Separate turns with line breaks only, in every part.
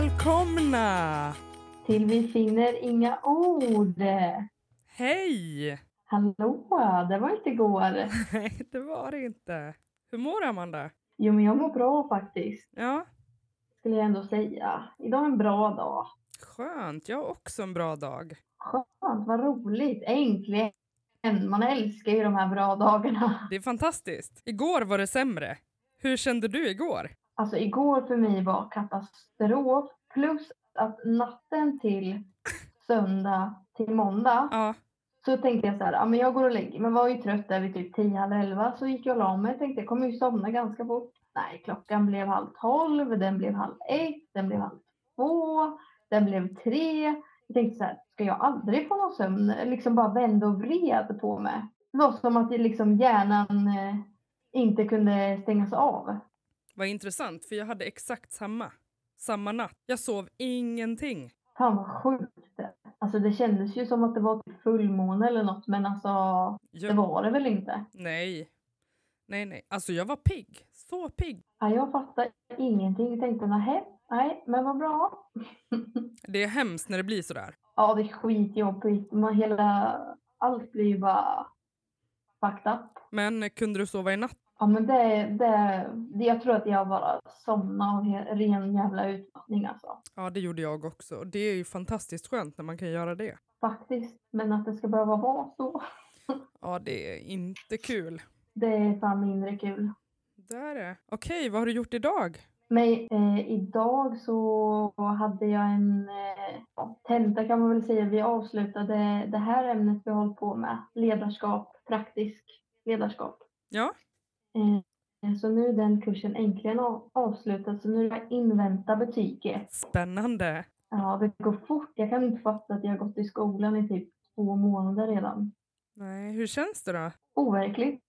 Välkomna!
Till vi finner inga ord.
Hej!
Hallå, det var inte igår.
Nej, det var det inte. Hur mår du, Amanda?
Jo, men jag mår bra faktiskt,
Ja,
skulle jag ändå säga. Idag är en bra dag.
skönt. Jag har också en bra dag.
Skönt, vad roligt. Äntligen. Man älskar ju de här bra dagarna.
Det är fantastiskt. Igår var det sämre. Hur kände du igår?
Alltså igår för mig var katastrof. Plus att natten till söndag till måndag
Ja,
så tänkte jag så här, ja men jag går och lägger mig. Man var ju trött där vid typ 10, halv 11. Så gick jag och la mig. Tänkte jag kommer ju somna ganska fort. Nej, klockan blev halv 12, den blev halv 1, den blev halv 2, den blev 3. Jag tänkte så här, ska jag aldrig få någon sömn? Liksom bara vände och vred på mig. Det var som att det liksom hjärnan eh, inte kunde stängas av.
vad intressant, för jag hade exakt samma. Samma natt. Jag sov ingenting.
Fan vad sjukt. Alltså det kändes ju som att det var typ fullmåne eller något men alltså det
Jag...
var det väl inte.
Nej. Nej, nej. Alltså, jag var pigg. Så pigg.
Ja, jag fattar ingenting. Jag tänkte nej, nej, men vad bra.
Det är hemskt när det blir sådär.
Ja, det är skitjobbigt. Man hela, allt blir ju bara fucked up.
Men kunde du sova i natt?
Ja, men det, det, det, jag tror att jag bara somnade av he- ren jävla utmattning alltså.
Ja, det gjorde jag också. Och Det är ju fantastiskt skönt när man kan göra det.
Faktiskt. Men att det ska behöva vara så,
Ja, det är inte kul.
det är fan mindre kul.
Där är. Okej, vad har du gjort idag?
Men eh, idag så hade jag en eh, ja, tenta kan man väl säga. Vi avslutade det här ämnet vi har hållit på med. Ledarskap, praktisk ledarskap.
Ja,
Eh, så nu är den kursen äntligen av- avslutad. Så nu är det bara invänta betyget.
spännande.
Ja, det går fort. Jag kan inte fatta att jag har gått i skolan i typ två månader redan.
Nej, hur känns det då?
Overkligt,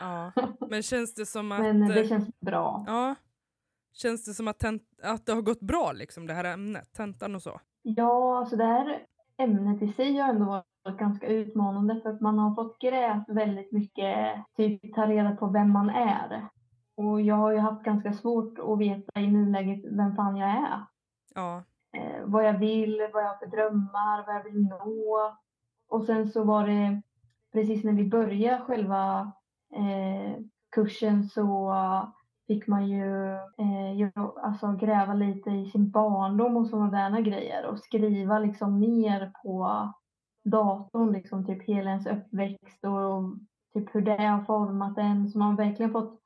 Ja, men känns det som att...
men det
eh,
känns bra.
Ja. Känns det som att, tent- att det har gått bra, liksom, det här ämnet? Tentan och så?
Ja, alltså det här ämnet i sig har ändå varit ganska utmanande för att man har fått grävt väldigt mycket, typ ta reda på vem man är. Och jag har ju haft ganska svårt att veta i nuläget vem fan jag är.
Ja.
Eh, vad jag vill, vad jag har för drömmar, vad jag vill nå. Och sen så var det precis när vi började själva eh, kursen så fick man ju eh, ju- alltså gräva lite i sin barndom och sådana där grejer och skriva liksom ner på datorn liksom typ hela ens uppväxt och typ hur det har format en så man har verkligen fått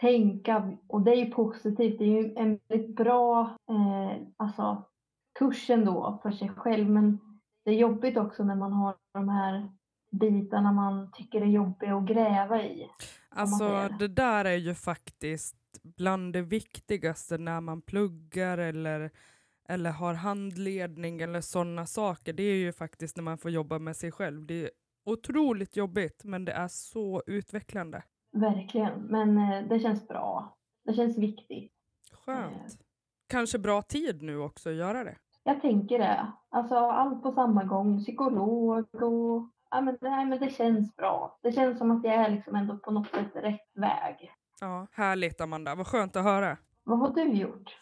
tänka och det är ju positivt. Det är ju en väldigt bra eh, alltså, kurs ändå för sig själv men det är jobbigt också när man har de här bitarna man tycker är jobbiga att gräva i.
Alltså,
säger.
det där är ju faktiskt bland det viktigaste när man pluggar eller, eller har handledning eller sådana saker. Det är ju faktiskt när man får jobba med sig själv. Det är otroligt jobbigt, men det är så utvecklande.
Verkligen, men eh, det känns bra. Det känns viktigt.
Skönt. Eh. Kanske bra tid nu också att göra det.
Jag tänker det. Alltså allt på samma gång. Psykolog och... Ja, men, nej, men det känns bra. Det känns som att jag är liksom ändå på något sätt rätt väg.
Ja, härligt Amanda, vad skönt att höra.
Vad har du gjort?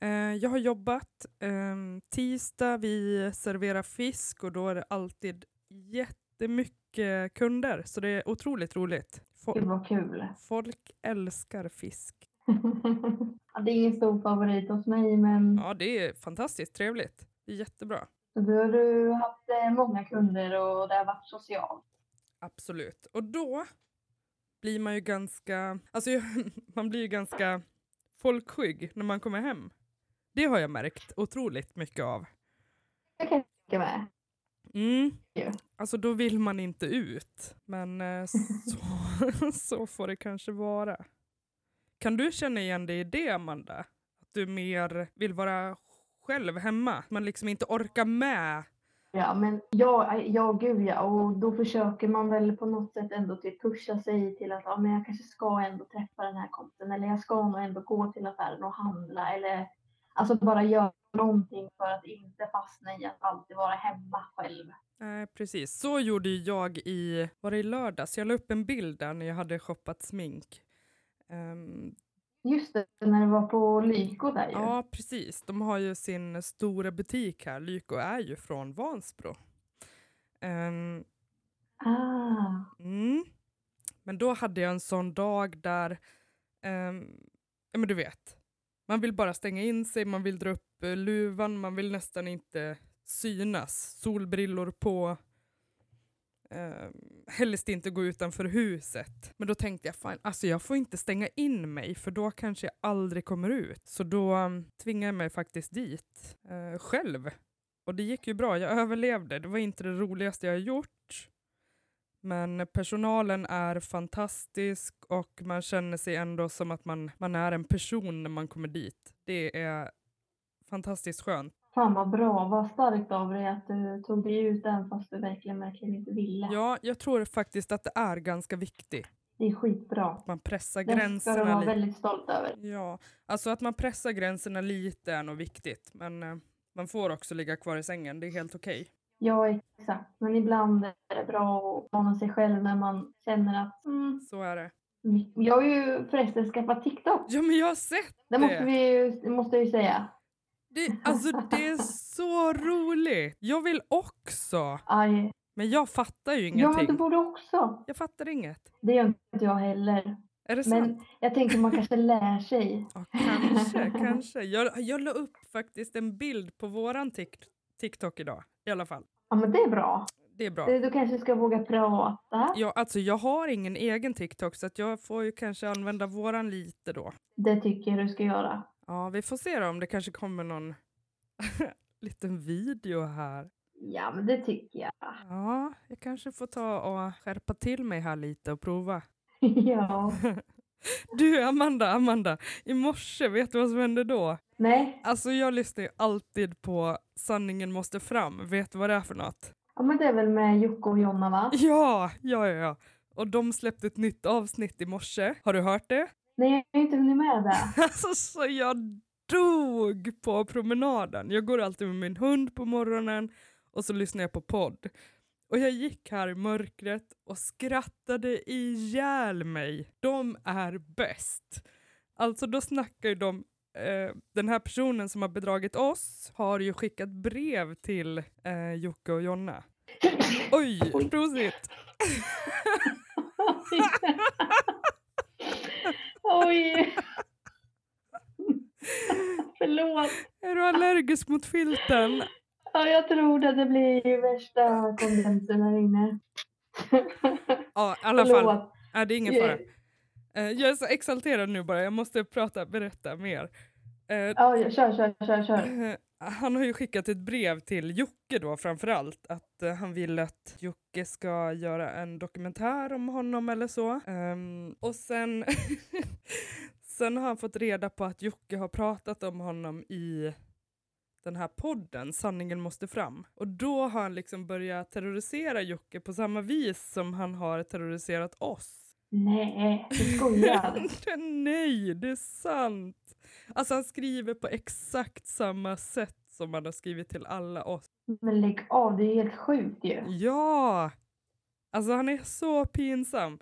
Eh, jag har jobbat ehm, tisdag, vi serverar fisk och då är det alltid jättemycket kunder så det är otroligt roligt.
Gud
Fol-
vad kul.
folk älskar fisk.
Ja, det är ingen stor favorit hos mig men
Ja, det är fantastiskt trevligt. Det är jättebra.
så då har du haft eh, många kunder och det har varit socialt.
Absolut. Och då blir man ju ganska, alltså man blir ju ganska folkskygg när man kommer hem. Det har jag märkt otroligt mycket av.
Det kan jag tänka mig.
Mm.
Ja.
Alltså då vill man inte ut. Men eh, så, så får det kanske vara. Kan du känna igen dig i det Amanda? Att du mer vill vara själv hemma? Man liksom inte orkar med.
Ja, men ja, ja, gud ja. Och då försöker man väl på något sätt ändå typ pusha sig till att ja, men jag kanske ska ändå träffa den här kompisen eller jag ska nog ändå gå till affären och handla eller alltså bara göra någonting för att inte fastna i att alltid vara hemma själv.
Nej precis, så gjorde ju jag i, var det i lördags? Jag la upp en bild där när jag hade shoppat smink. Ehm,
Just det, när det var på Lyko där ju.
Ja, precis. De har ju sin stora butik här. Lyko är ju från Vansbro. Ehm,
Ah,
Mm. Men då hade jag en sån dag där, ehm, ja men du vet, man vill bara stänga in sig, man vill dra upp eh, luvan, man vill nästan inte synas. Solbrillor på, ehm, helst inte gå utanför huset. Men då tänkte jag, fan, alltså jag får inte stänga in mig för då kanske jag aldrig kommer ut. Så då um, tvingade jag mig faktiskt dit, eh, själv. Och det gick ju bra, jag överlevde. Det var inte det roligaste jag har gjort. Men personalen är fantastisk och man känner sig ändå som att man, man är en person när man kommer dit. Det är fantastiskt skönt.
fan vad bra. Vad starkt av dig att du tog dig ut även fast du verkligen, verkligen inte ville.
Ja, jag tror faktiskt att det är ganska viktigt
Det är skitbra.
att man pressar
Det ska du
gränserna
vara
lite.
väldigt stolt över.
Ja, alltså att man pressar gränserna lite är nog viktigt, men eh, man får också ligga kvar i sängen. Det är helt okej.
Ja, exakt. Men ibland är det bra att mana sig själv när man känner att mm,
Så är det.
jag har ju förresten skaffat TikTok.
Ja, men jag har sett
Det
Det.
måste vi ju, måste jag ju säga.
det. Alltså, det är så roligt. Jag vill också,
Aj.
men jag fattar ju
Ja, men
ingenting.
du borde också.
Jag fattar inget.
Det gör inte jag heller.
Är det sant?
Men jag tänker man kanske lär sig.
Ja, kanske, kanske. Jag, jag la upp faktiskt en bild på våran tik TikTok idag i alla fall.
Ja, men det är bra.
Det är bra.
Du, du kanske ska våga prata.
Jag, alltså, jag har ingen egen TikTok så att jag får ju kanske använda våran lite då.
Det tycker jag du ska göra.
Ja, vi får se då om det kanske kommer någon liten video här.
Ja, men det tycker jag.
Ja, jag kanske får ta och skärpa till mig här lite och prova.
ja.
Du Amanda, Amanda, i morse, vet du vad som hände då?
Nej,
Alltså jag lyssnar ju alltid på Sanningen måste fram. Vet du vad det är för något?
ja, men det är väl med Jocke och Jonna, va?
Ja, ja, ja, ja. Och de släppte ett nytt avsnitt i morse. Har du hört det?
Nej, jag har inte hunnit med det.
Alltså så jag dog på promenaden. Jag går alltid med min hund på morgonen och så lyssnar jag på podd. Och jag gick här i mörkret och skrattade ihjäl mig. De är bäst. Alltså då snackar ju de, eh, den här personen som har bedragit oss har ju skickat brev till eh, Jocke och Jonna. Oj,
Oj.
prosit!
Oj! Förlåt.
Är du allergisk mot filten?
Ja, jag tror det. Det blir ju värsta kondensen här inne.
Ja, i alla fall.
Förlåt.
Nej, det är ingen fara. Eh, Jag är så exalterad nu bara, jag måste prata, berätta mer. Eh,
Ja, ja, kör, kör, kör, kör.
eh, Han har ju skickat ett brev till Jocke då framförallt, att eh, han vill att Jocke ska göra en dokumentär om honom eller så. Ehm, och sen, sen har han fått reda på att Jocke har pratat om honom i den här podden Sanningen måste fram. Och då har han liksom börjat terrorisera Jocke på samma vis som han har terroriserat oss.
Nej, du skojar.
Nej, det är sant. Alltså han skriver på exakt samma sätt som han har skrivit till alla oss.
Men lägg av, det är helt sjukt ju.
Ja! Alltså han är så pinsam.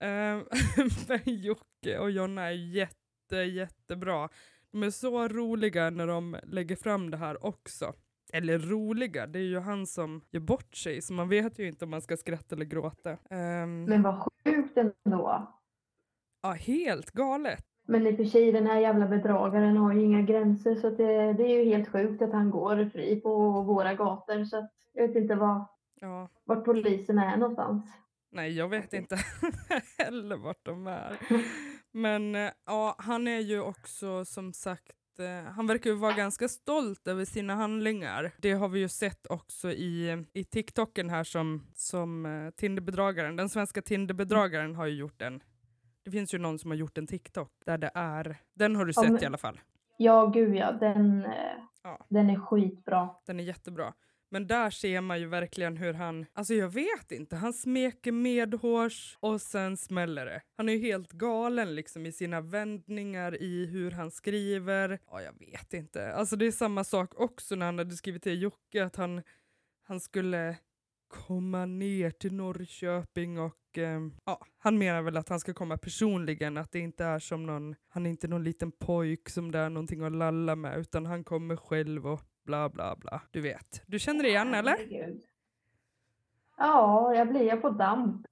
Ehm, Men Jocke och Jonna är jätte, jättebra. De är så roliga när de lägger fram det här också. Eller roliga, det är ju han som gör bort sig så man vet ju inte om man ska skratta eller gråta. Ehm,
Men vad sjukt ändå.
Ja, helt galet.
Men i och för sig, den här jävla bedragaren har ju inga gränser så att det, det är ju helt sjukt att han går fri på våra gator. Så att jag vet inte var,
Ja.
vart polisen är någonstans.
Nej, jag vet inte heller vart de är. Men eh, ja, han är ju också som sagt, eh, han verkar ju vara ganska stolt över sina handlingar. Det har vi ju sett också i, i TikToken här som, som eh, Tinderbedragaren, den svenska Tinderbedragaren har ju gjort en. Det finns ju någon som har gjort en TikTok där det är, den har du
Ja,
sett
men-
i alla fall.
Ja, gud ja. Den, eh,
Ja.
den är skitbra.
Den är jättebra. Men där ser man ju verkligen hur han, alltså jag vet inte, han smeker medhårs och sen smäller det. Han är ju helt galen liksom i sina vändningar, i hur han skriver. Ja, jag vet inte. Alltså det är samma sak också när han hade skrivit till Jocke att han, han skulle komma ner till Norrköping och eh, ja, han menar väl att han ska komma personligen, att det inte är som någon, han är inte någon liten pojk som det är någonting att lalla med, utan han kommer själv och bla bla bla. Du vet. Du känner igen eller?
Herregud. Ja, jag blir jag på damp.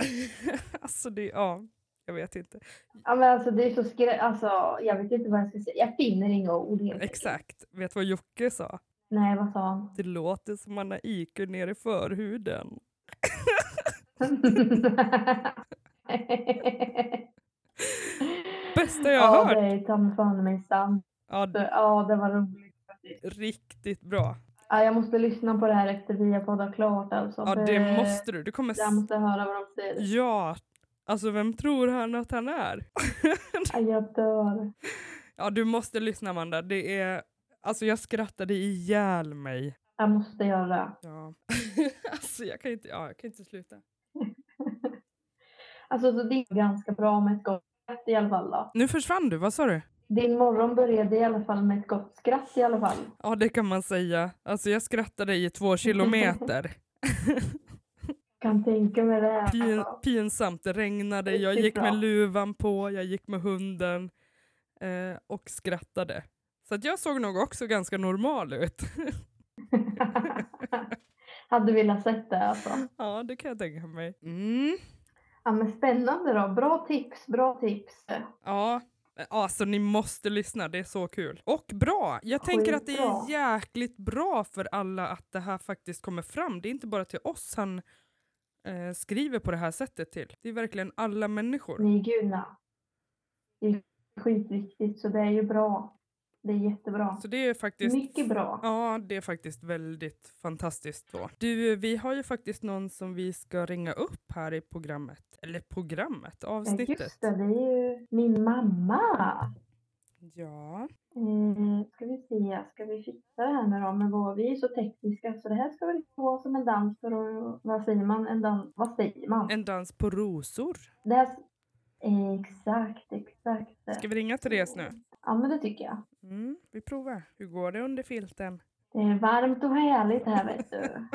alltså det, ja, jag vet inte.
Ja, men alltså det är så skrä... Alltså, jag vet inte vad jag ska säga. Jag finner inga ord helt enkelt.
Exakt. Vet vad Jocke sa?
Nej, vad sa han?
Det låter som man har IQ nere i förhuden. Bästa jag
ja,
har hört!
det är ta mig fan mig sant.
Ja, d-
Ja, det var roligt.
riktigt bra.
Ja, jag måste lyssna på det här efter vi har poddat klart alltså.
Ja,
för
det måste du. Du kommer...
Jag
s-
måste höra vad de säger.
Ja! Alltså vem tror han att han är?
Ja, jag dör.
Ja, du måste lyssna Amanda. Det är... Alltså jag skrattade ihjäl mig.
Jag måste göra.
Ja. alltså jag kan inte, ja, jag kan inte sluta.
Alltså så det är ganska bra med ett gott skratt i alla fall då.
Nu försvann du, vad sa du?
Din morgon började i alla fall med ett gott skratt i alla fall.
Ja, det kan man säga. Alltså jag skrattade i två kilometer.
Kan tänka mig det. Alltså.
Pin, pinsamt, det regnade, jag
Riktigt
gick
bra.
med luvan på, jag gick med hunden eh, och skrattade. Så att jag såg nog också ganska normal ut.
Alltså. Hade velat sett det alltså.
ja, det kan jag tänka mig. Mm.
Ja men spännande då. Bra tips, bra tips.
Ja, alltså ni måste lyssna, det är så kul. Och bra! Jag tänker att det är jäkligt bra för alla att det här faktiskt kommer fram. Det är inte bara till oss han eh, skriver på det här sättet till. Det är verkligen alla människor.
Ni är gudna. Det är skitviktigt så det är ju bra. Det är jättebra.
Så det är faktiskt...
Mycket bra.
Ja, det är faktiskt väldigt fantastiskt då. Du, vi har ju faktiskt någon som vi ska ringa upp här i programmet. Eller programmet,
Ja,
avsnittet.
just det, det är ju min mamma.
Ja.
Eh, ska vi se, ska vi fixa det här nu då? Men vad, vi är så tekniska så det här ska väl gå som en dans för att, vad säger man? En dans, vad säger man?
En dans på rosor.
Det här, eh, exakt, exakt.
Ska vi ringa Therese nu?
Ja men det tycker jag.
Mm, vi provar. Hur går det under filten?
Det är varmt och härligt här vet du.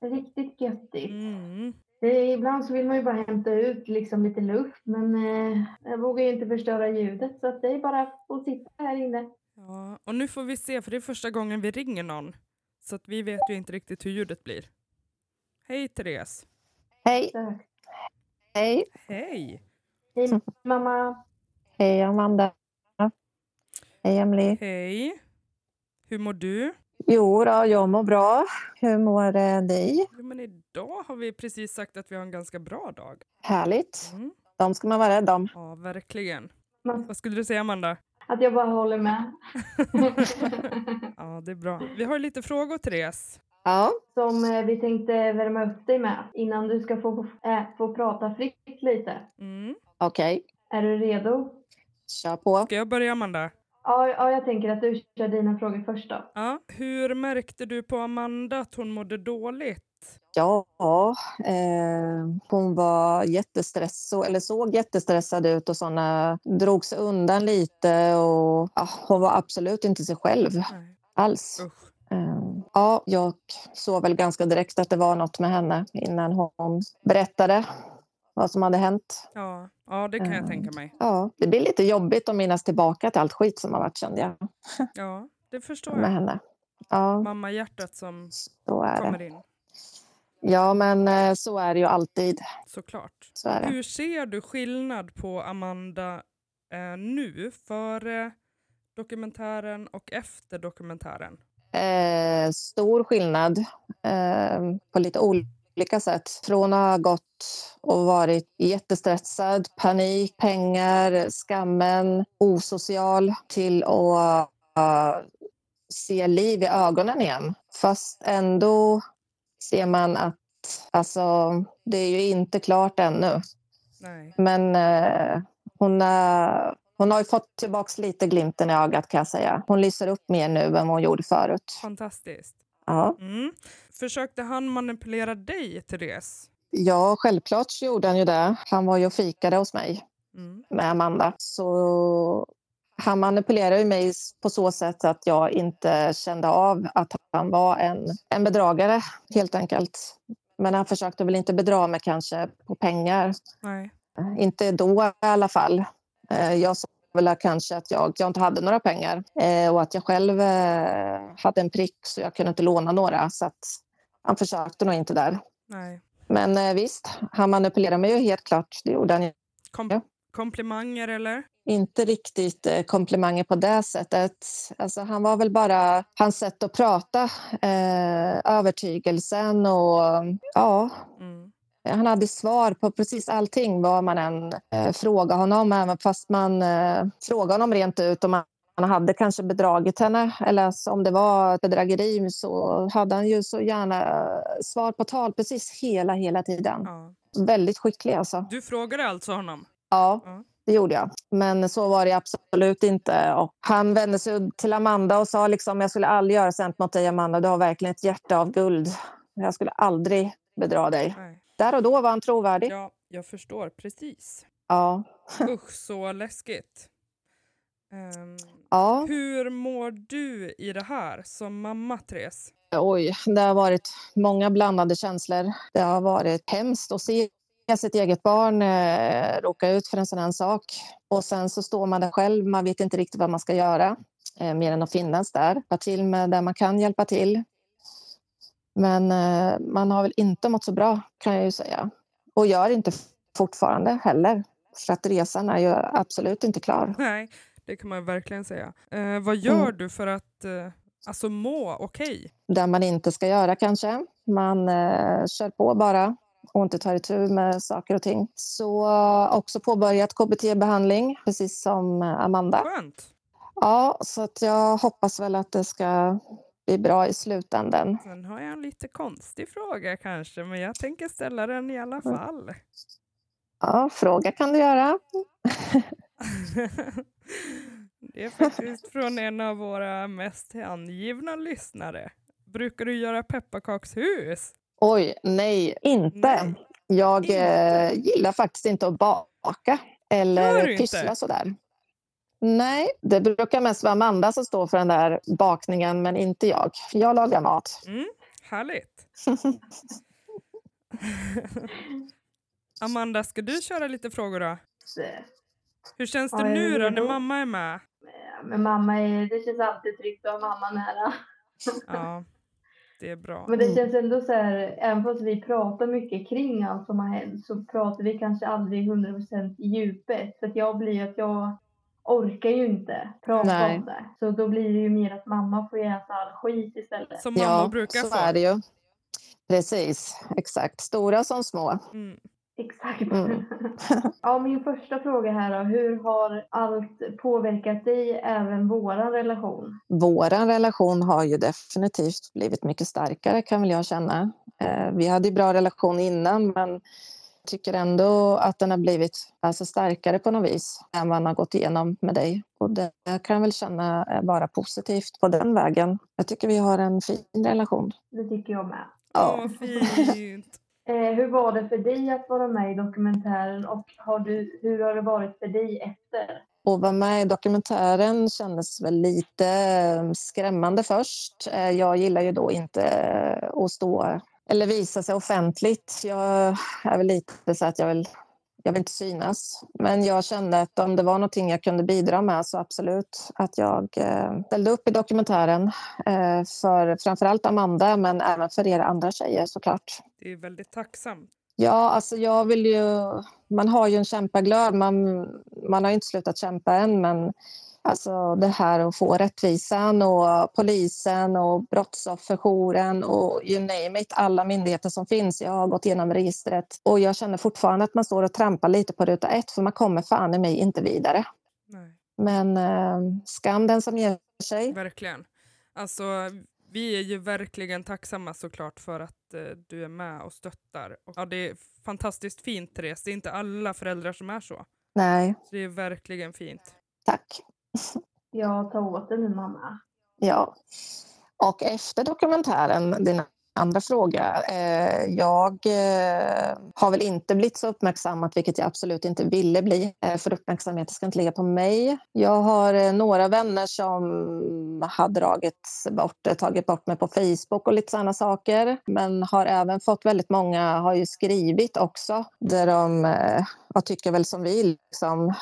Riktigt göttigt.
Mm.
Eh, ibland så vill man ju bara hämta ut liksom lite luft men eh, jag vågar ju inte förstöra ljudet så att det är bara att sitta här inne.
Ja, och nu får vi se, för det är första gången vi ringer någon. Så att vi vet ju inte riktigt hur ljudet blir. Hej Therese!
Hej,
Så,
hej,
Hej!
hej mamma.
hej Amanda. Hej Emily.
Hej! Hur mår du?
Jo då, jag mår bra. Hur mår eh, ni?
Jo, men idag har vi precis sagt att vi har en ganska bra dag.
Härligt.
Mm.
De ska man vara rädd om.
Ja, verkligen.
Man-
Vad skulle du säga Amanda?
Att jag bara håller med.
Ja, det är bra. Vi har lite frågor Therese.
Ja,
som eh, vi tänkte värma upp dig med innan du ska få, äh, få prata fritt lite.
Mm.
okej.
Är du redo?
Kör på.
Ska jag börja Amanda?
Ja, ja, jag tänker att du kör dina frågor först då.
Ja. Hur märkte du på Amanda att hon mådde dåligt?
Ja, eh, hon var jättestressad, eller såg jättestressad ut och såna, drog sig undan lite och ja, hon var absolut inte sig själv
Nej.
alls.
Usch.
Ehm, Ja, jag såg väl ganska direkt att det var något med henne innan hon berättade vad som hade hänt.
Ja. ja, det kan jag
Mm.
tänka mig.
Ja, det blir lite jobbigt att minnas tillbaka till allt skit som har varit kände jag
Ja, det förstår
med
jag.
henne. Ja,
Mamma hjärtat som
så är det.
kommer in.
Ja, men eh, så är det ju alltid.
Såklart.
Så är det.
Hur ser du skillnad på Amanda eh, nu, före dokumentären och efter dokumentären?
Eh, stor skillnad eh, på lite olika sätt. Från att ha gått och varit jättestressad, panik, pengar, skammen, osocial till att eh, se liv i ögonen igen. Fast ändå ser man att alltså, det är ju inte klart ännu.
Nej.
Men eh, hon, eh, hon har ju fått tillbaka lite glimten i ögat kan jag säga. Hon lyser upp mer nu än vad hon gjorde förut.
Fantastiskt.
Ja,
Mm. Försökte han manipulera dig, Therese?
ja självklart så gjorde han ju det. Han var ju och fikade hos mig
Mm.
med Amanda. Så han manipulerade ju mig på så sätt att jag inte kände av att han var en, en bedragare helt enkelt. Men han försökte väl inte bedra mig kanske på pengar.
Nej.
Eh, Inte då i alla fall. Eh, Jag såg väl kanske att jag, jag inte hade några pengar eh, och att jag själv eh, hade en prick så jag kunde inte låna några. Så att han försökte nog inte där.
Nej.
Men eh, visst, han manipulerade mig ju helt klart. Det gjorde han ju.
Kom
Ja.
Komplimanger eller?
Inte riktigt eh, komplimanger på det sättet. Alltså, han var väl bara hans sätt att prata, eh, övertygelsen och ja,
Mm.
han hade svar på precis allting vad man än eh, frågade honom. Även fast man eh, frågade honom rent ut om han hade kanske bedragit henne eller alltså, om det var ett bedrägeri så hade han ju så gärna eh, svar på tal precis hela, hela tiden.
Ja.
Väldigt skicklig alltså.
Du frågade alltså honom?
Ja,
Ja.
det gjorde jag. Men så var det absolut inte. Och han vände sig till Amanda och sa liksom, jag skulle aldrig göra sånt mot dig Amanda. Du har verkligen ett hjärta av guld. Jag skulle aldrig bedra dig.
Nej.
Där och då var han trovärdig. Ja.
Ja, jag förstår precis.
ja.
Usch, så läskigt. Ehm, hur mår du i det här som mamma, Therese?
Oj, det har varit många blandade känslor. Det har varit hemskt att se sitt eget barn eh, råka ut för en sån här sak. Och sen så står man där själv, man vet inte riktigt vad man ska göra eh, mer än att finnas där, hjälpa till med där man kan hjälpa till. Men eh, man har väl inte mått så bra kan jag ju säga. Och gör inte fortfarande heller. För att resan är ju absolut inte klar.
Nej, det kan man verkligen säga. Eh, vad gör du för att eh, alltså må okej?
där man inte ska göra kanske. Man eh, kör på bara och inte tar itu med saker och ting. Så eh, också påbörjat KBT-behandling, precis som eh, Amanda.
Skönt.
Ja, så att jag hoppas väl att det ska bli bra i slutändan.
Sen har jag en lite konstig fråga kanske, men jag tänker ställa den i alla fall.
Ja, fråga kan du göra.
det är faktiskt från en av våra mest hängivna lyssnare. Brukar du göra pepparkakshus?
Oj, nej, inte.
Nej.
Jag
Inte?
Eh, gillar faktiskt inte att baka
Gör du
eller
inte?
pyssla sådär. Nej, det brukar mest vara Amanda som står för den där bakningen, men inte jag. Jag lagar mat.
Härligt. Amanda, ska du köra lite frågor då?
Så-
Hur känns
Ja,
det
jag är
nu då när
redo.
mamma är med?
Ja, Men mamma är, det känns alltid tryggt att ha mamma nära.
Ja, det är bra.
Men det
Mm.
känns ändå så här, även fast vi pratar mycket kring allt som har hänt så pratar vi kanske aldrig 100% i djupet. För att jag blir ju att jag orkar ju inte prata
Nej.
om det. Så då blir det ju mer att mamma får äta all skit istället.
Som mamma
ja,
brukar
så
få.
är det ju. Precis, exakt. Stora som små.
Mm.
Exakt.
Mm.
ja, min första fråga här då. Hur har allt påverkat dig, även våran relation?
Vår relation har ju definitivt blivit mycket starkare kan väl jag känna. Eh, Vi hade ju bra relation innan men tycker ändå att den har blivit alltså, starkare på något vis än vad man har gått igenom med dig. Och det jag kan jag väl känna är bara positivt på den vägen. Jag tycker vi har en fin relation.
Det tycker jag med.
Åh, fint.
Eh, hur var det för dig att vara med i dokumentären och har du, hur har det varit för dig efter?
Och vara med i dokumentären kändes väl lite eh, skrämmande först. Eh, Jag gillar ju då inte eh, att stå eller visa sig offentligt. Jag är väl lite så att jag vill, jag vill inte synas. Men jag kände att om det var någonting jag kunde bidra med så absolut att jag eh, ställde upp i dokumentären. eh, För framförallt Amanda men även för er andra tjejer såklart.
Det är väldigt tacksamt.
Ja, alltså jag vill ju... Man har ju en kämpaglöd. Man, man har ju inte slutat kämpa än, men alltså det här att få rättvisan och polisen och brottsofferjouren och you name it, alla myndigheter som finns. Jag har gått igenom registret och jag känner fortfarande att man står och trampar lite på ruta ett för man kommer fan i mig inte vidare.
Nej,
Men eh, skam den som ger sig.
verkligen. Alltså, vi är ju verkligen tacksamma såklart för att eh, du är med och stöttar. Och, ja, det är fantastiskt fint, Therese. Det är inte alla föräldrar som är så.
Nej,
så det är verkligen fint.
tack.
Jag tar åt det nu mamma.
Ja. Och efter dokumentären, dina andra fråga. Eh, Jag eh, har väl inte blivit så uppmärksammat, vilket jag absolut inte ville bli, eh, för uppmärksamheten ska inte ligga på mig. Jag har eh, några vänner som har dragits bort, eh, tagit bort mig på Facebook och lite sådana saker, men har även fått väldigt många, har ju skrivit också, där de eh, och tycker väl som vi, liksom,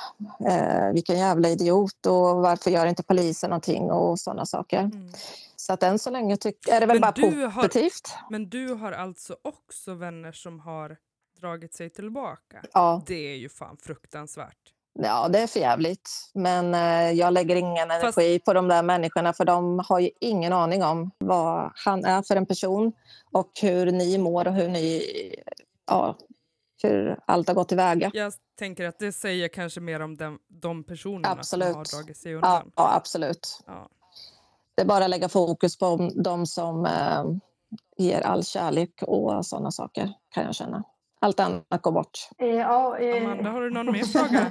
eh, vilken jävla idiot och varför gör inte polisen någonting och sådana saker.
Mm.
Så att än så länge tyck- är det
Men
väl bara
du har-
positivt.
Men du har alltså också vänner som har dragit sig tillbaka.
Ja,
Det är ju fan fruktansvärt.
ja, det är för jävligt. Men eh, jag lägger ingen
Fast-
energi på de där människorna för de har ju ingen aning om vad han är för en person och hur ni mår och hur ni... Ja, hur allt har gått tillväga.
Jag tänker att det säger kanske mer om den, de personerna som
Absolut.
har dragit sig
Ja,
undan.
ja absolut.
Ja.
Det är bara att lägga fokus på de som eh, ger all kärlek och sådana saker, kan jag känna. Allt annat går bort.
Eh, ja, eh,
Amanda, har du någon mer fråga?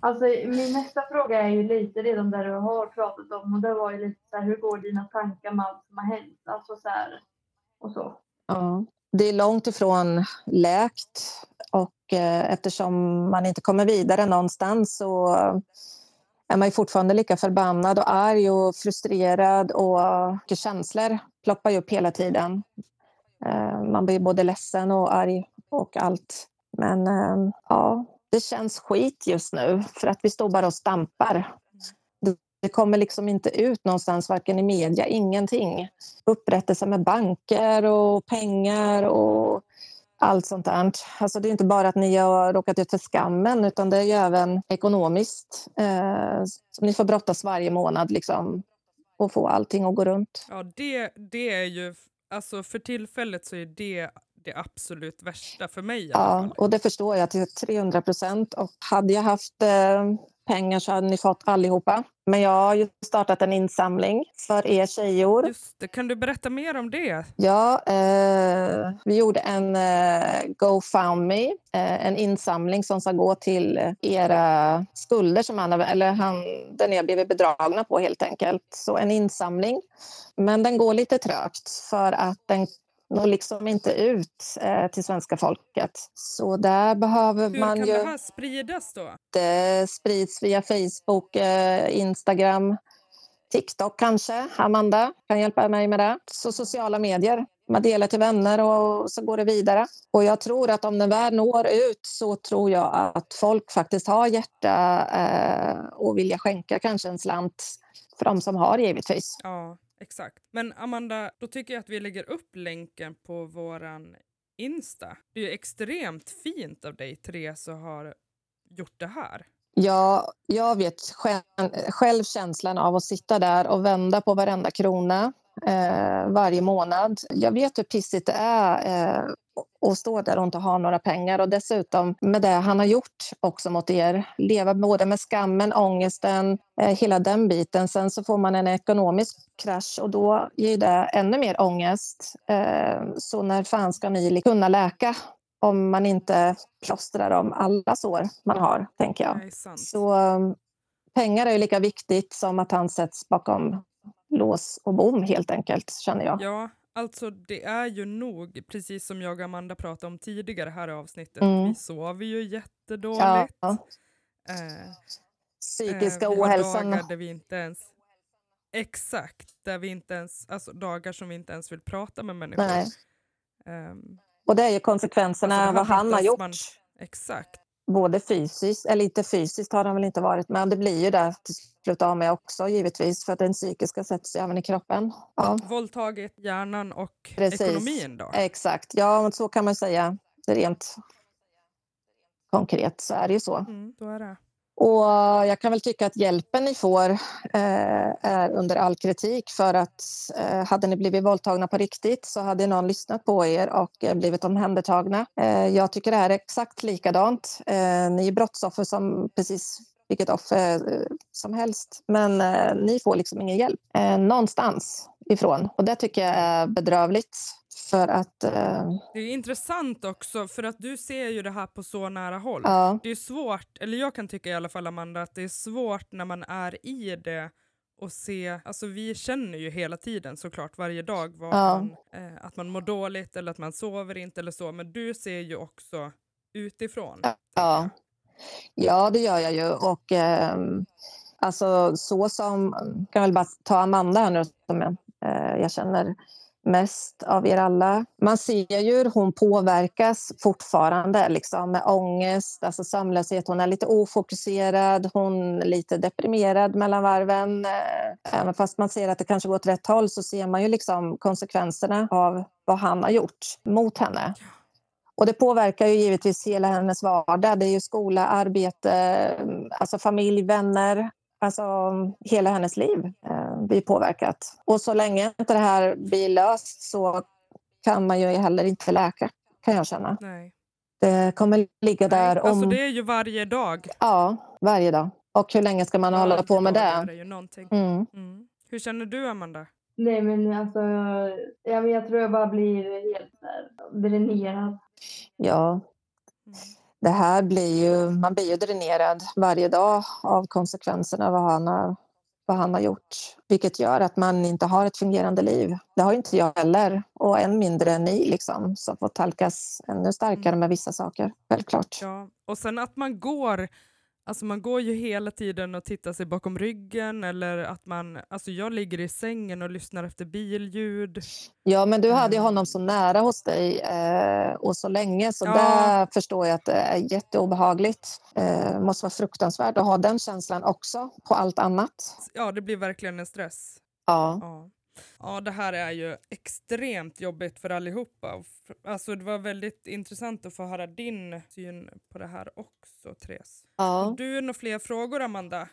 Alltså, min nästa fråga är ju lite det de där du har pratat om och det var ju lite så här, hur går dina tankar med allt som har hänt? Alltså så här och så.
Ja. Det är långt ifrån läkt och eh, eftersom man inte kommer vidare någonstans så är man ju fortfarande lika förbannad och arg och frustrerad och mycket känslor ploppar ju upp hela tiden. Eh, Man blir både ledsen och arg och allt. Men eh, ja, det känns skit just nu för att vi står bara och stampar. Det- Det kommer liksom inte ut någonstans, varken i media, ingenting upprättelse med banker och pengar och allt sånt där. Alltså det är inte bara att ni har råkat ut för skammen utan det är ju även ekonomiskt eh, som ni får brottas varje månad liksom och få allting att gå runt.
Ja, det, det är ju... Alltså för tillfället så är det det absolut värsta för mig i alla
Ja,
fall.
och det förstår jag till 300 procent. Och hade jag haft eh, pengar så hade ni fått allihopa. Men jag har ju startat en insamling för er tjejor.
Just det, kan du berätta mer om det?
Ja, eh, vi gjorde en eh, GoFundMe, eh, en insamling som ska gå till era skulder som han, eller han, där ni har blivit bedragna på helt enkelt. Så en insamling. Men den går lite trögt för att den når liksom inte ut eh, till svenska folket. Så där behöver
Hur
man
kan
ju
det här spridas då?
det sprids via Facebook, eh, Instagram, TikTok kanske. Amanda kan hjälpa mig med det. Så sociala medier. Man delar till vänner och så går det vidare. Och jag tror att om den väl når ut så tror jag att folk faktiskt har hjärta eh, och vilja skänka kanske en slant för de som har givetvis.
Ja, exakt. Men Amanda, då tycker jag att vi lägger upp länken på våran Insta. Det är ju extremt fint av dig, Therese, att ha gjort det här.
Ja, jag vet själv, själv känslan av att sitta där och vända på varenda krona eh, varje månad. Jag vet hur pissigt det är eh, att stå där och inte ha några pengar och dessutom med det han har gjort också mot er. Leva både med skammen, ångesten, eh, hela den biten. Sen så får man en ekonomisk krasch och då ger det ännu mer ångest. Eh, så när fan ska ni kunna läka om man inte plåstrar om alla sår man har, tänker jag.
Nej, sant.
Så um, pengar är ju lika viktigt som att han sätts bakom lås och bom helt enkelt, känner jag.
Ja, alltså det är ju nog, precis som jag och Amanda pratade om tidigare här i avsnittet,
Mm.
vi sover ju
Ja.
jättedåligt. Eh,
Psykiska
vi har
ohälsan.
dagar där vi inte ens... Exakt, där vi inte ens, alltså dagar som vi inte ens vill prata med människor.
Nej.
Ehm,
Och det är ju konsekvenserna
Alltså, det
av vad
handlar
han
inte
har
ens
gjort.
man- Exakt.
Både fysiskt, eller inte fysiskt har han väl inte varit, men det blir ju det till slut av mig också givetvis, för att den psykiska sätts ju även i kroppen. Ja,
Våldtaget hjärnan och
Precis. Eh,
ekonomin då.
exakt. Ja, men så kan man säga rent konkret så är det ju så.
Mm, då är det.
Och jag kan väl tycka att hjälpen ni får eh, är under all kritik för att eh, hade ni blivit våldtagna på riktigt så hade någon lyssnat på er och eh, blivit omhändertagna. Eh, jag tycker det här är exakt likadant. Eh, ni är brottsoffer som precis vilket offer eh, som helst men eh, ni får liksom ingen hjälp eh, någonstans ifrån och det tycker jag är bedrövligt för att eh,
Det är intressant också för att du ser ju det här på så nära håll.
ja,
Det är svårt, eller jag kan tycka i alla fall Amanda, att det är svårt när man är i det och se, alltså vi känner ju hela tiden såklart varje dag vad
Ja.
man, eh, att man mår dåligt eller att man sover inte eller så, men du ser ju också utifrån.
Ja. Ja. ja, det gör jag ju. Och ehm, alltså så som... Jag kan väl bara ta Amanda här nu som jag, eh, jag känner mest av er alla. Man ser ju hur hon påverkas fortfarande liksom, med ångest, alltså sömnlöshet. Hon är lite ofokuserad, hon är lite deprimerad mellan varven. Eh, Även fast man ser att det kanske går åt rätt håll så ser man ju liksom konsekvenserna av vad han har gjort mot henne. Och det påverkar ju givetvis hela hennes vardag. Det är ju skola, arbete, alltså familj, vänner. Alltså hela hennes liv eh, blir påverkat. Och så länge inte det här blir löst så kan man ju heller inte läka, kan jag känna.
Nej.
Det kommer ligga där
Nej,
om...
Alltså det är ju varje dag.
Ja, varje dag. Och hur länge ska man hålla
Varje
på med
dag är
det?
ju någonting.
Mm.
Mm. Hur känner du Amanda?
Nej men alltså, ja, men jag tror jag bara blir helt så här dränerad.
Ja,
Mm.
det här blir ju... Man blir ju dränerad varje dag av konsekvenserna av vad han har, vad han har gjort. Vilket gör att man inte har ett fungerande liv. Det har ju inte jag heller. Och än mindre ni liksom, som får talkas ännu starkare med vissa saker. Självklart.
Mm. Ja, och sen att man går, alltså man går ju hela tiden och tittar sig bakom ryggen eller att man, alltså jag ligger i sängen och lyssnar efter billjud.
Ja, men du hade ju
Mm.
honom så nära hos dig eh, och så länge så
Ja.
där förstår jag att det är jätteobehagligt. Eh, måste vara fruktansvärt att ha den känslan också på allt annat.
Ja, det blir verkligen en stress.
Ja,
Ja. Ja, det här är ju extremt jobbigt för allihopa. Och f- Alltså, det var väldigt intressant att få höra din syn på det här också, Therese.
ja.
Har Du, några fler frågor, Amanda?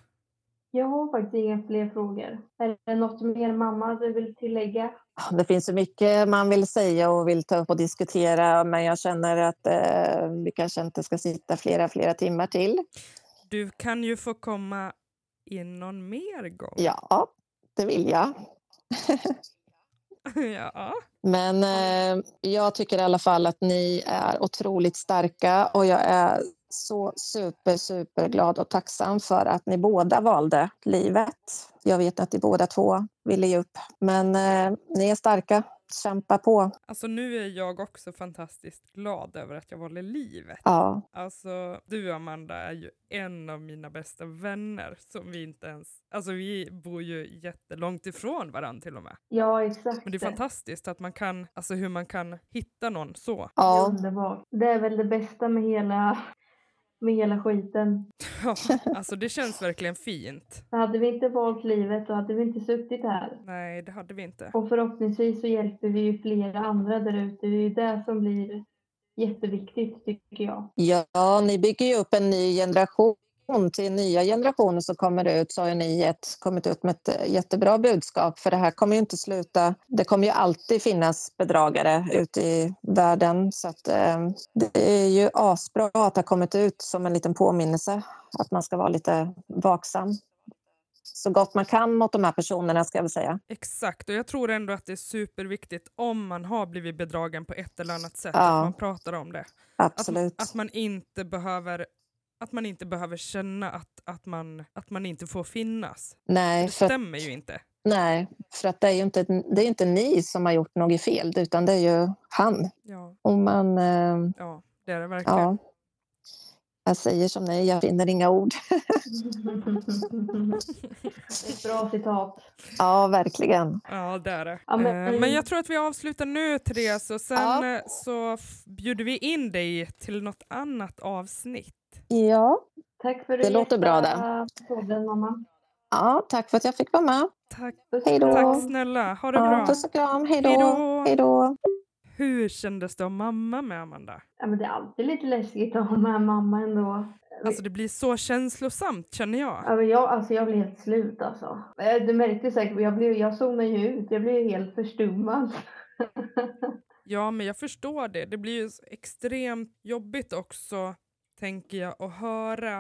Jag har faktiskt inga fler frågor. Är det något mer mamma du vill tillägga?
det finns så mycket man vill säga och vill ta upp och diskutera men jag känner att eh, vi kanske inte ska sitta flera, flera timmar till.
Du kan ju få komma in någon mer gång.
Ja, det vill jag.
ja.
Men eh, jag tycker i alla fall att ni är otroligt starka och jag är så super, super glad och tacksam för att ni båda valde livet. Jag vet att ni båda två ville ge upp, men eh, ni är starka. Kämpa på.
Alltså nu är jag också fantastiskt glad över att jag valde livet.
Ja,
Alltså du Amanda är ju en av mina bästa vänner som vi inte ens, alltså vi bor ju jättelångt ifrån varandra till och med.
Ja, exakt.
Men det är fantastiskt att man kan, alltså hur man kan hitta någon så.
Det är
ja,
underbart. Det är väl det bästa med hela, med hela skiten.
Ja, alltså det känns verkligen fint.
För hade vi inte valt livet då hade vi inte suttit här.
Nej, det hade vi inte.
Och förhoppningsvis så hjälper vi ju flera andra där ute. Det är ju det som blir jätteviktigt tycker jag.
ja, ni bygger ju upp en ny generation till nya generationer som kommer ut så har ju ni ett, kommit ut med ett eh, jättebra budskap för det här kommer ju inte sluta. Det kommer ju alltid finnas bedragare ute i världen så att eh, det är ju asbra att ha kommit ut som en liten påminnelse att man ska vara lite vaksam så gott man kan mot de här personerna ska jag väl säga.
Exakt, och jag tror ändå att det är superviktigt om man har blivit bedragen på ett eller annat sätt,
Ja.
att man pratar om det. Att,
Absolut.
att man inte behöver att man inte behöver känna att, att, man, att man inte får finnas.
Nej,
Det
för att
stämmer ju inte.
Nej, för att det är ju inte, det är inte ni som har gjort något fel, utan det är ju han.
Ja,
Och man, eh,
ja det är det verkligen.
ja, jag säger som nej, jag finner inga ord.
Ett bra citat.
Ja, verkligen.
Ja, det är det.
Ja, men-
men, men jag tror att vi avslutar nu, Therese, och sen
Ja.
eh, så f- bjuder vi in dig till något annat avsnitt.
Ja.
Tack för
Det låter bra det.
Podden, mamma.
ja, tack för att jag fick vara med.
Tack,
Puss
Hej då.
och kram.
tack snälla, ha det
Ja,
bra.
puss och kram, hej
Hej
då.
då.
Hej då.
Hur kändes det att mamma med Amanda?
Ja, men det är alltid lite läskigt att ha med mamma ändå.
Alltså det blir så känslosamt känner jag.
Ja, men jag, alltså jag blev helt slut alltså. Eh, Du märkte säkert, jag, blev, jag zonade ju ut. Jag blev helt förstummad.
Ja, men jag förstår det. Det blir ju så extremt jobbigt också, tänker jag, att höra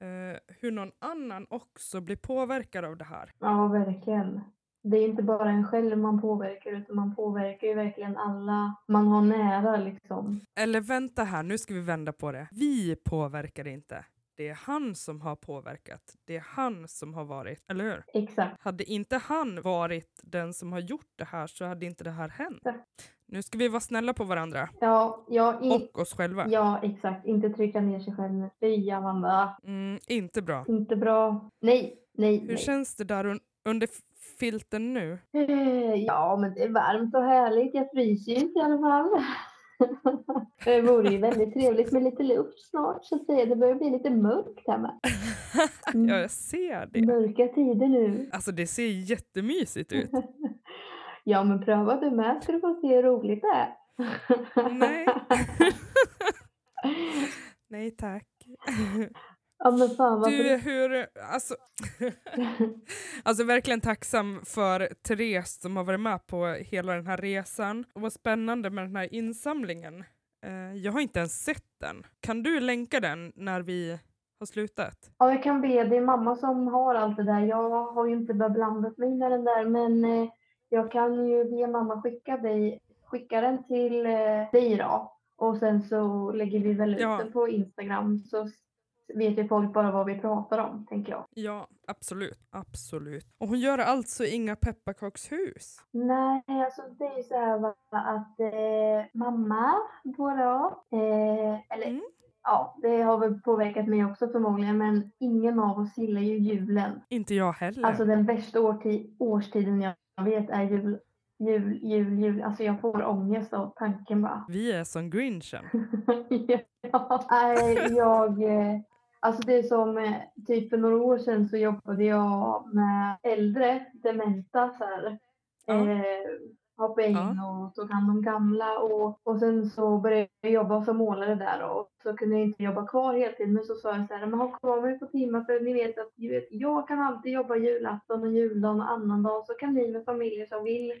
eh, hur någon annan också blir påverkad av det här.
Ja, verkligen. Det är inte bara en själv man påverkar utan man påverkar ju verkligen alla man har nära liksom.
Eller vänta här, nu ska vi vända på det. Vi påverkar inte. det är han som har påverkat. Det är han som har varit, eller hur?
Exakt.
Hade inte han varit den som har gjort det här så hade inte det här hänt.
Ja.
Nu ska vi vara snälla på varandra
Ja, ja, i,
och oss själva.
ja exakt. Inte trycka ner sig själv. Fy Amanda.
Mm, inte bra.
Inte bra. Nej, nej,
Hur
nej.
känns det där un- under f- filten nu?
Eh, Ja, men det är varmt och härligt. Jag fryser ju inte i alla fall. Det vore ju väldigt trevligt med lite luft snart så att säga. Det börjar bli lite mörkt här med. Mm.
Ja, jag ser det.
Mörka tider nu.
Alltså det ser jättemysigt ut.
Ja, men pröva du med ska du få se hur roligt det är.
Nej. Nej tack.
Ja, men fan vad
Du, hur... Alltså, alltså verkligen tacksam för Therese som har varit med på hela den här resan. Och vad spännande med den här insamlingen. Eh, jag har inte ens sett den. Kan du länka den när vi har slutat?
Ja, jag kan be. Det är mamma som har allt det där. Jag har ju inte beblandat mig med den där, men eh, jag kan ju be mamma skicka, dig, skicka den till eh, dig då. Och sen så lägger vi väl ut
Ja.
den på Instagram så s- vet ju folk bara vad vi pratar om, tänker jag.
Ja, absolut. Absolut. Och hon gör alltså inga pepparkakshus.
Nej, alltså det är ju så här va, att eh, mamma, våra, eh, eller
Mm.
ja, det har väl påverkat mig också förmodligen, men ingen av oss gillar ju julen.
Inte jag heller.
Alltså den värsta årti- årstiden jag vet är jul, jul, jul, jul. Alltså jag får ångest av tanken bara.
Vi är som grinchen.
ja. Nej, jag... eh, Alltså det är som, eh, typ för några år sedan så jobbade jag med äldre dementa så här.
Ja.
Eh, hoppade in
Ja.
och tog hand om gamla och, och sen så började jag jobba som målare där och så kunde jag inte jobba kvar heltid men så sa jag så här, men ha kvar mig på timmar för ni vet att ju vet, jag kan alltid jobba julafton och juldagen och annandag så kan ni med familjer som vill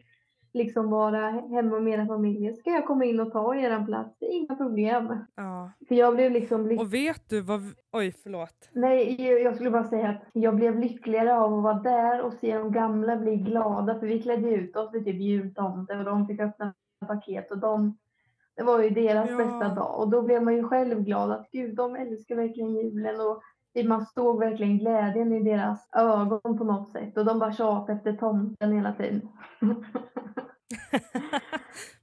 liksom vara hemma med era familjer ska jag komma in och ta er plats. Det är inga problem.
Ja.
För jag blev liksom lycklig.
Och vet du vad... Vi... Oj, förlåt.
Nej, jag- jag skulle bara säga att jag blev lyckligare av att vara där och se de gamla bli glada för vi klädde ut oss till typ jultomte och de fick öppna paket och de det var ju deras
Ja.
bästa dag och då blev man ju själv glad att gud de älskar verkligen julen och det- man såg verkligen glädjen i deras ögon på något sätt och de bara tjatade efter tomten hela tiden.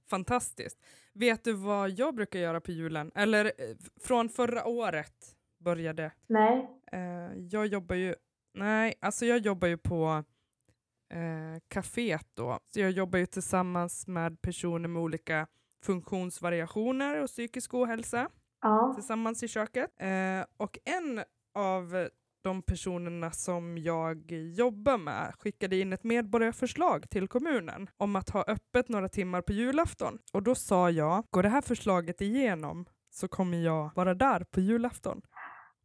Fantastiskt. Vet du vad jag brukar göra på julen? Eller eh, från förra året började.
Nej,
Eh, jag jobbar ju... Nej, alltså jag jobbar ju på eh, kaféet då. Så jag jobbar ju tillsammans med personer med olika funktionsvariationer och psykisk ohälsa
ja,
tillsammans i köket. Eh, och en av de personerna som jag jobbar med skickade in ett medborgarförslag till kommunen om att ha öppet några timmar på julafton. Och då sa jag, går det här förslaget igenom så kommer jag vara där på julafton.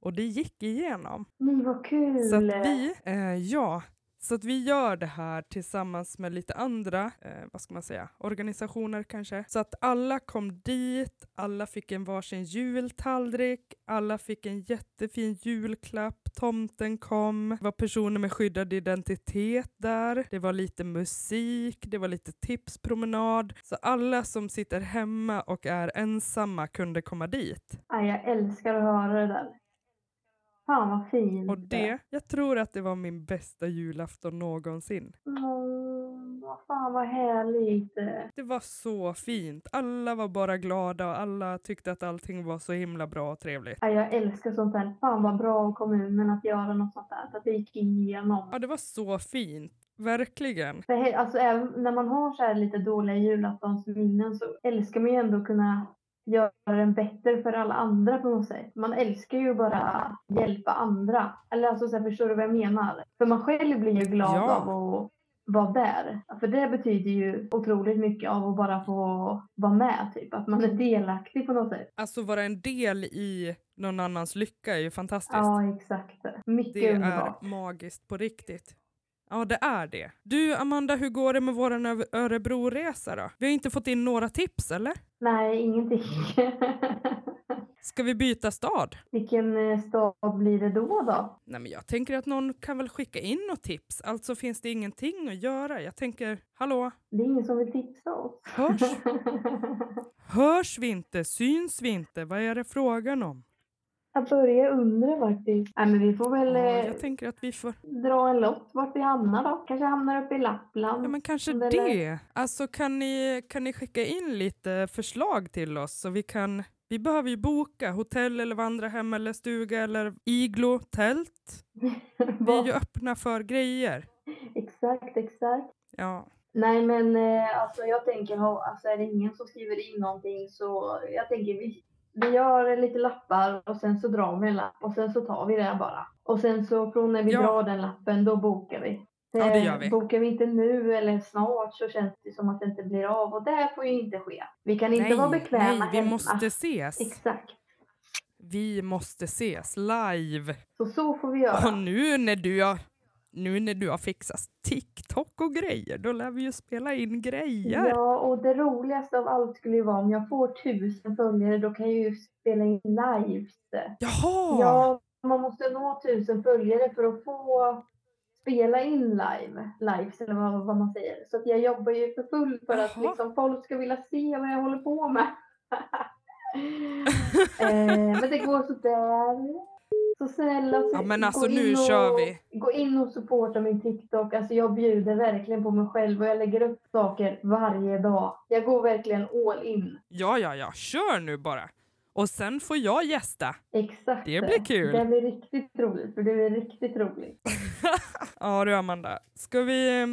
Och det gick igenom.
ni var kul.
Så att vi, eh, ja, så att vi gör det här tillsammans med lite andra, eh, vad ska man säga, organisationer kanske. Så att alla kom dit, alla fick en varsin jultallrik, alla fick en jättefin julklapp, tomten kom, det var personer med skyddad identitet där, det var lite musik, det var lite tipspromenad. Så alla som sitter hemma och är ensamma kunde komma dit.
Aj, jag älskar att höra det där. Fan vad fint.
Och Mm, det, jag tror att det var min bästa julafton någonsin.
Mm, vad fan vad härligt.
Det var så fint. Alla var bara glada och alla tyckte att allting var så himla bra och trevligt.
Aj, jag älskar sånt här. Fan vad bra av kommunen att göra något sånt där. Att det gick igenom.
Ja, det var så fint. Verkligen.
För he- alltså, även när man har så här lite dåliga julaftonsminnen så älskar man ju ändå att kunna göra den bättre för alla andra på något sätt. Man älskar ju bara att hjälpa andra. Eller alltså, så här, förstår du vad jag menar? För man själv blir ju glad
Ja.
av att vara där. För det betyder ju otroligt mycket av att bara få vara med, typ. Att man är delaktig på något sätt.
Alltså vara en del i någon annans lycka är ju fantastiskt.
Ja, exakt. Mycket
det är
underbart.
magiskt på riktigt. Ja, det är det. Du, Amanda, hur går det med vår Ö- Örebroresa då? Vi har inte fått in några tips, eller?
Nej, ingenting.
Ska vi byta stad?
Vilken eh, stad blir det då då?
Nej, men jag tänker att någon kan väl skicka in något tips. Alltså finns det ingenting att göra. Jag tänker, hallå,
Det är ingen som vill tipsa oss.
hörs? Hörs vi inte? Syns vi inte? Vad är det frågan om?
Jag börjar undra faktiskt. Nej, men vi får väl
Ja,
eh,
jag tänker att vi får...
dra en lott vart vi hamnar då. Kanske hamnar uppe i Lappland.
Ja, men kanske
Eller-
det. Alltså kan ni, kan ni skicka in lite förslag till oss så vi kan... Vi behöver ju boka hotell eller vandrarhem eller stuga eller iglo, tält. Vi är
Vad-
ju öppna för grejer.
Exakt, exakt.
Ja,
Nej men eh, alltså jag tänker, ha- alltså är det ingen som skriver in någonting så jag tänker vi, vi gör lite lappar och sen så drar vi en lapp och sen så tar vi det bara. Och sen så från när vi
Ja.
drar den lappen då bokar vi.
Ja, det gör vi.
Eh, Bokar vi inte nu eller snart så känns det som att det inte blir av och det här får ju inte ske. Vi kan inte vara bekväma ah,
nej, vi
hemma.
måste ses.
Exakt.
Vi måste ses live.
Så så får vi göra.
Och nu när du har, nu när du har fixat TikTok och grejer, då lär vi ju spela in grejer.
Ja, och det roligaste av allt skulle ju vara om jag får tusen följare, då kan jag ju spela in lives.
Jaha!
Ja, man måste nå tusen följare för att få spela in live, lives eller vad, vad man säger. Så att jag jobbar ju för fullt för att
Jaha.
liksom, folk ska vilja se vad jag håller på med. eh, men det går sådär. Så snälla, så
Ja, men
gå
alltså,
in
nu
och,
kör vi.
Gå in och supporta min TikTok. Alltså jag bjuder verkligen på mig själv och jag lägger upp saker varje dag. Jag går verkligen all in.
Ja, ja, ja, kör nu bara. Och sen får jag gästa.
Exakt.
Det blir kul.
Det blir riktigt roligt, för du är riktigt rolig.
Ja du Amanda, ska vi eh,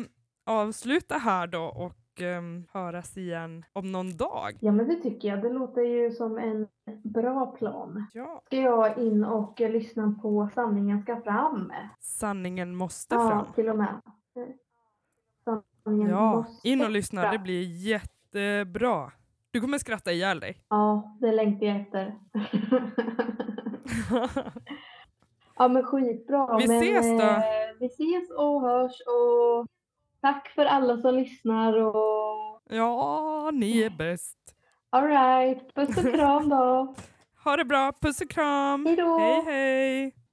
avsluta här då och eh, höras igen om någon dag?
Ja, men det tycker jag. Det låter ju som en bra plan.
Ja.
Ska jag in och eh, lyssna på Sanningen ska fram?
Sanningen måste
Ja,
fram.
till och med. Sanningen
Ja,
måste
in och lyssna, det
fram.
blir jättebra. Du kommer skratta ihjäl dig.
Ja, det längtar jag efter. ja, men skitbra.
Vi
men,
ses då.
eh, Vi ses och hörs och tack för alla som lyssnar och
ja, ni är bäst.
alright, puss och kram då.
Ha det bra, puss och kram.
Hej då.
Hej hej.